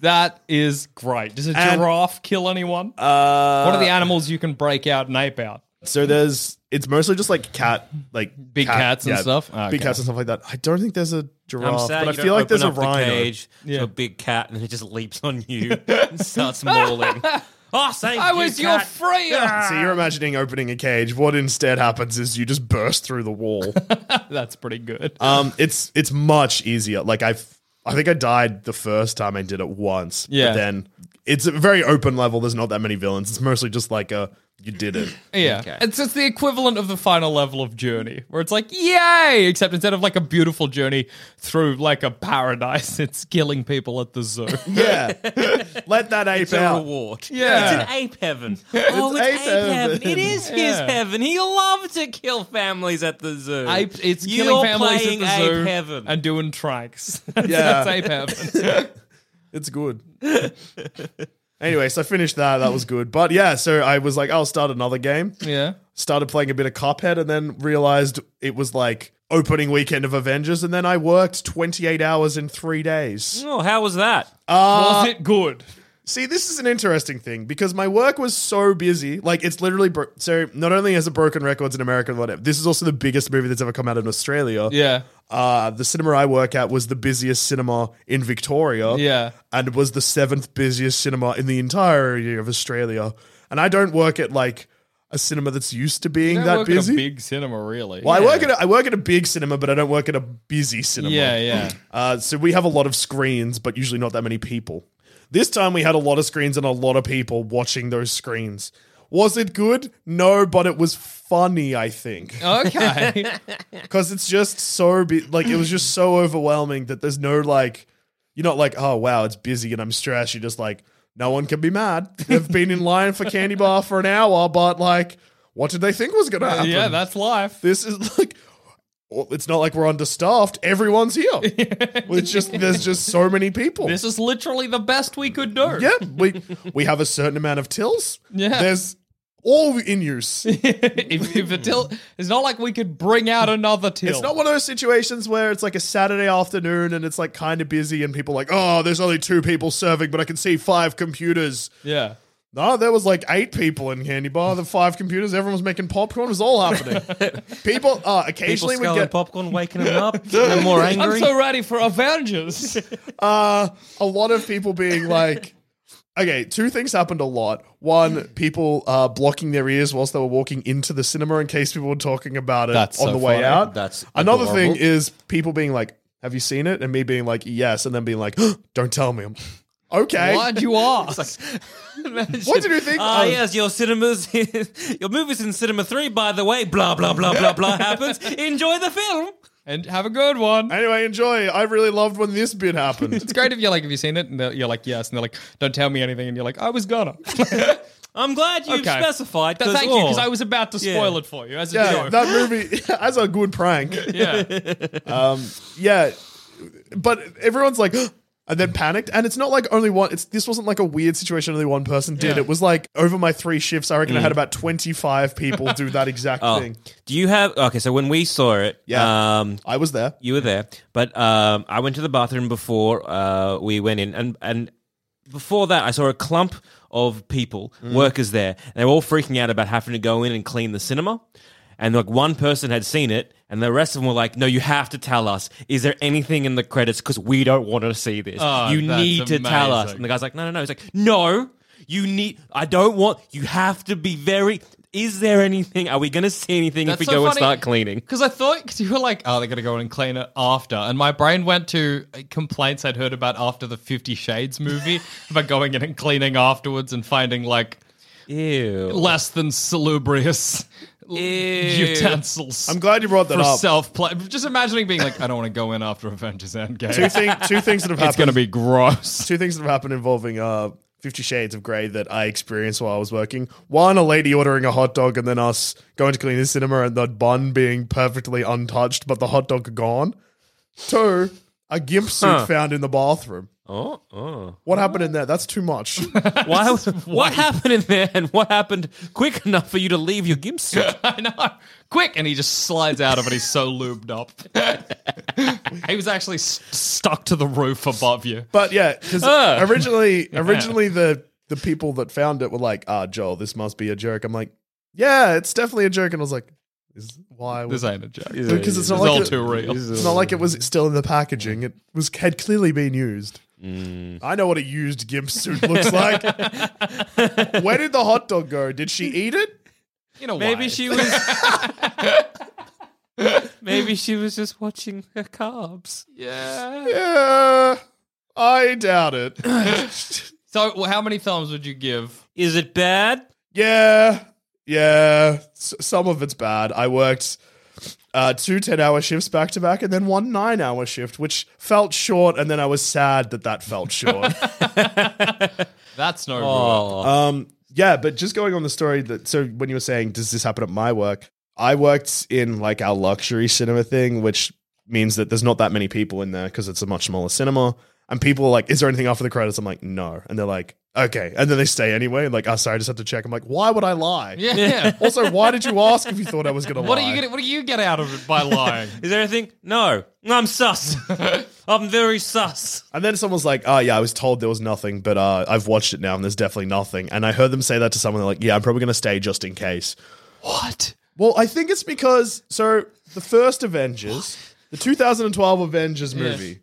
S2: That is great. Does a
S3: And-
S2: giraffe kill anyone?
S3: Uh,
S2: what are the animals you can break out and ape out?
S3: So there's it's mostly just like cat like
S2: Big cats and stuff? Ah, Okay.
S3: Big cats and stuff like that. I don't think there's a
S1: I'm
S3: giraffe,
S1: sad
S3: Oh, but
S1: you
S3: I feel
S1: don't
S3: like there's
S1: open
S3: a
S1: up the
S3: rhino.
S1: cage
S2: Yeah.
S1: to a big cat and it just leaps on
S2: *laughs*
S1: you and starts mauling oh save
S2: I
S1: you,
S2: was your
S1: cat.
S2: friend.
S3: *laughs* So you're imagining opening a cage. What instead happens is you just burst through the
S2: *laughs*
S3: wall.
S2: *laughs* that's pretty good.
S3: um, it's it's much easier. Like I, I think I died the first time I did it once.
S2: Yeah.
S3: But then it's a very open level. There's not that many villains. It's mostly just like a you did
S2: *laughs*
S3: it.
S2: Yeah. It's just the equivalent of the final level of Journey, where it's like, yay! Except instead of like a beautiful journey through like a paradise, *laughs* it's killing people at the zoo.
S3: Yeah. *laughs* Let that ape
S1: It's a
S3: out.
S1: reward.
S2: Yeah.
S1: It's an ape
S2: *laughs*
S1: heaven. Oh, it's, ape,
S3: ape
S1: heaven.
S3: heaven.
S1: It is his
S2: Yeah.
S1: heaven. He loved to kill families at the zoo.
S2: *laughs* Ape, it's
S1: You're
S2: killing families
S1: playing
S2: at the
S1: ape
S2: zoo
S1: heaven.
S2: and doing tranks. *laughs* That's-
S3: Yeah.
S2: that's ape heaven.
S3: It's good. anyway, so I finished that. That was good. But yeah, so I was like, I'll start another game.
S2: yeah.
S3: Started playing a bit of Cuphead and then realized it was like opening weekend of Avengers. And then I worked 28 hours in three days.
S1: oh, how was that?
S3: Uh,
S2: Was it good?
S3: See, this is an interesting thing because my work was so busy. Like, it's literally bro- so. Not only has it broken records in America and whatever, this is also the biggest movie that's ever come out in Australia.
S2: Yeah.
S3: Uh, the cinema I work at was the busiest cinema in Victoria.
S2: Yeah.
S3: And was the seventh busiest cinema in the entirety of Australia. And I don't work at like a cinema that's used to being
S2: You don't
S3: that
S2: work at
S3: busy.
S2: a big cinema, really.
S3: Well, I
S2: Yeah.
S3: work at a, I work at a big cinema, but I don't work at a busy cinema. *laughs*
S2: Yeah, yeah.
S3: Uh, so we have a lot of screens, but usually not that many people. This time we had a lot of screens and a lot of people watching those screens. Was it good? No, but it was funny. I think *laughs*
S2: Okay.
S3: because it's just so bu- like it was just so overwhelming that there's no like you're not like oh wow it's busy and I'm stressed. You're just like no one can be mad. They've been in line for candy bar for an hour, but like what did they think was gonna happen?
S2: yeah, that's life.
S3: this is like well, it's not like we're understaffed. Everyone's here.
S2: *laughs*
S3: it's just there's just so many people.
S2: This is literally the best we could do.
S3: yeah, we we have a certain amount of tills.
S2: Yeah.
S3: there's all in
S2: *laughs*
S3: use.
S2: *laughs* if, if a till, it's not like we could bring out another till.
S3: It's not one of those situations where it's like a Saturday afternoon and it's like kind of busy and people are like, oh, there's only two people serving, but I can see five computers.
S2: yeah.
S3: No, there was like eight people in Candy Bar, the five computers, everyone was making popcorn, it was all
S2: *laughs*
S3: happening. people
S1: People
S3: uh, occasionally would
S1: scaling
S3: get
S1: popcorn, waking them
S2: *laughs*
S1: up, they're more
S2: I'm
S1: angry.
S2: so ready for
S1: *laughs*
S2: Avengers.
S3: uh, a lot of people being like, okay, two things happened a lot. One, people uh, blocking their ears whilst they were walking into the cinema in case people were talking about it
S2: That's
S3: on
S2: so
S3: the way
S2: funny.
S3: out.
S1: That's
S3: another
S1: adorable.
S3: thing is people being like, "Have you seen it?" and me being like, "Yes," and then being like, "Don't tell me." I'm, okay,
S2: Why'd you ask?
S3: *laughs*
S1: *laughs*
S3: what did you think?
S1: Ah,
S2: Oh.
S3: Uh,
S1: yes, your cinemas, *laughs* your movies in cinema three. By the way, blah blah blah blah
S2: *laughs*
S1: blah happens. Enjoy the film.
S2: and have a good one.
S3: Anyway, enjoy. I really loved when this bit happened. *laughs*
S2: *laughs* It's great if you're like, have you seen it? And they're- you're like, yes. And they're like, don't tell me anything. And you're like, I was *laughs* gonna.
S1: I'm glad you have
S2: Okay.
S1: specified.
S2: Th- Thank you, because
S1: oh.
S2: I was about to spoil
S1: Yeah.
S2: it for you as a
S3: yeah,
S2: joke.
S3: that movie *laughs* as a good prank.
S2: *laughs* yeah.
S3: Yeah, but everyone's like. *gasps* And
S2: Mm.
S3: then panicked, and it's not like only one. It's this wasn't like a weird situation only one person did.
S2: Yeah. Mm.
S3: It was like over my three shifts, I reckon I had about twenty five people do that
S2: *laughs*
S3: exact
S1: Oh.
S3: thing.
S1: Do you have okay? So when we saw it,
S3: Yeah.
S1: um,
S3: I was there.
S1: you were there, but um, I went to the bathroom before uh, we went in, and and before that, I saw a clump of people,
S2: Mm.
S1: workers there, and they were all freaking out about having to go in and clean the cinema, and like one person had seen it. And the rest of them were like, "No, you have to tell us. Is there anything in the credits? Because we don't want to see this.
S2: Oh,
S1: you
S2: that's
S1: need to tell us."
S2: amazing.
S1: And the guy's like, "No, no, no." He's like, "No, you need. I don't want. You have to be very. Is there anything? Are we going to see anything if we go and start cleaning?"
S2: Because I thought, because you were like, oh, they're going to go in and clean it after. And my brain went to uh, complaints I'd heard about after the Fifty Shades movie *laughs* about going in and cleaning afterwards and finding like
S1: Ew.
S2: less than salubrious l- utensils.
S3: I'm glad you brought that
S2: for
S3: up.
S2: self play. Just imagining being like, I don't want to go in after Avengers Endgame. *laughs*
S3: two, thing, two things that have happened.
S2: it's going to be gross.
S3: two things that have happened involving uh, Fifty Shades of Grey that I experienced while I was working. One, a lady ordering a hot dog, and then us going to clean the cinema and the bun being perfectly untouched, but the hot dog gone. Two, a gimp suit found in the bathroom.
S1: Oh, oh.
S3: What happened in there? That's too
S2: *laughs*
S3: much.
S1: Why, *laughs* what happened in there and what happened quick enough for you to leave your gimp suit?
S2: I know. Quick, and he just slides out of it. He's so lubed up. *laughs* he was actually s- stuck to the roof above you.
S3: But yeah, because
S2: Ah. *laughs*
S3: originally, originally the the people that found it were like, "Ah, Joel, this must be a joke." I'm like, "Yeah, it's definitely a joke," and I was like, "Is why?" would-
S2: This ain't a joke.
S3: because it's not
S2: It's
S3: like
S2: all
S3: it-
S2: too real.
S3: It's not like it was still in the packaging. It was had clearly been used. I know what a used gimp suit looks
S2: *laughs*
S3: like. Where did the hot dog go? Did she eat it?
S2: *laughs* You know,
S1: Maybe she
S2: *laughs*
S1: was. Maybe she was just watching her carbs.
S2: Yeah.
S3: Yeah, I doubt
S2: *laughs*
S3: it.
S2: So, well, how many thumbs would you give?
S1: Is it bad?
S3: yeah, yeah. S- some of it's bad. I worked uh, two 10 hour shifts back to back and then one nine hour shift, which felt short. And then I was sad that that felt short.
S2: That's no.
S1: Oh,
S3: Um, yeah, but just going on the story that so when you were saying, does this happen at my work? I worked in like our luxury cinema thing, which means that there's not that many people in there because it's a much smaller cinema. and people are like, "Is there anything after the credits?" I'm like, "No," and they're like, "Okay," and then they stay anyway. And like, "Oh, sorry, I just have to check." I'm like, "Why would I lie?"
S2: Yeah. Yeah.
S3: also, why did you ask if you thought I was going to lie?
S2: *laughs* What are you gonna, What do you get out of it by lying?
S1: Is there anything? No, I'm
S2: *laughs*
S1: sus. I'm very sus.
S3: And then someone's like, "Oh yeah, I was told there was nothing, but uh, I've watched it now, and there's definitely nothing." And I heard them say that to someone. They're like, "Yeah, I'm probably going to stay just in case."
S2: what?
S3: Well, I think it's because so the first Avengers, the 2012 Avengers
S2: Yes.
S3: movie,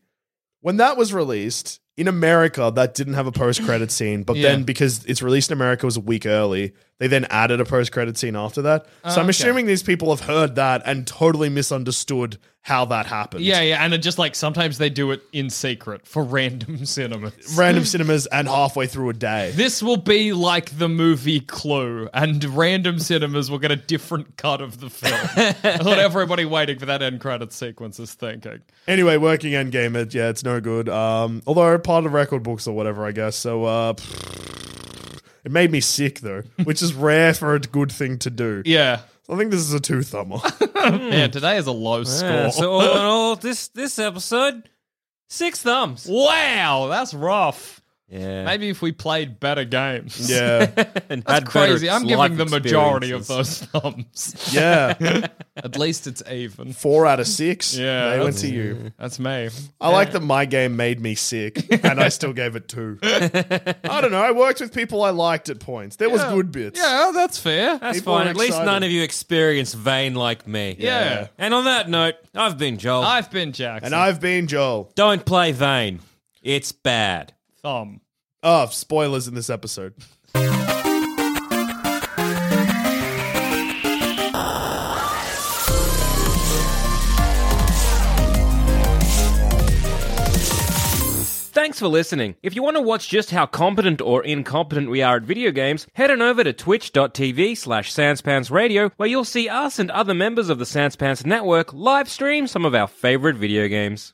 S3: when that was released in America, that didn't have a
S2: *clears throat*
S3: post-credit scene. But
S2: Yeah.
S3: then because it's released in America it was a week early, they then added a post-credit scene after that. So I'm
S2: Oh, okay.
S3: assuming these people have heard that and totally misunderstood how that happened.
S2: *laughs* Yeah, yeah, and it just like sometimes they do it in secret for random *laughs* cinemas. *clears throat*
S3: Random cinemas and halfway through a day.
S2: This will be like the movie Clue, and random cinemas will get a different cut of
S1: *laughs*
S2: the film. That's what everybody waiting for that end credit sequence is thinking.
S3: Anyway, working endgame, it, yeah, it's no good. Um, although part of record books or whatever, I guess. So uh, it made me sick though, which is rare for a good thing to do.
S2: Yeah.
S3: I think this is a two
S2: *laughs*
S3: thumber.
S2: Man, today is a low score.
S1: Hmm. Yeah, so all in all, this this episode, six thumbs.
S2: wow, that's rough.
S1: Yeah,
S2: Maybe if we played better games.
S3: yeah,
S1: and
S2: That's
S1: had better
S2: crazy. I'm
S1: life
S2: giving the majority of
S1: experiences.
S2: those thumbs.
S3: yeah.
S2: At least it's even.
S3: Four out of six.
S2: Yeah,
S3: they went
S2: that's-
S3: to you.
S2: That's me.
S3: I like that my game made me
S2: *laughs*
S3: sick, and I still gave it two. I don't know. I worked with people I liked at points. There was good bits.
S2: Yeah, that's fair.
S1: That's
S3: People
S1: fine.
S3: are
S1: At least
S3: excited.
S1: none of you experience vain like me.
S2: Yeah.
S1: And on that note, I've been Joel.
S2: I've been Jackson.
S3: And I've been Joel.
S1: Don't play vain. It's bad.
S2: thumb.
S3: Oh, spoilers in this episode.
S1: Thanks for listening. If you want to watch just how competent or incompetent we are at video games, head on over to twitch.tv slash sanspantsradio where you'll see us and other members of the Sanspants Network live stream some of our favorite video games.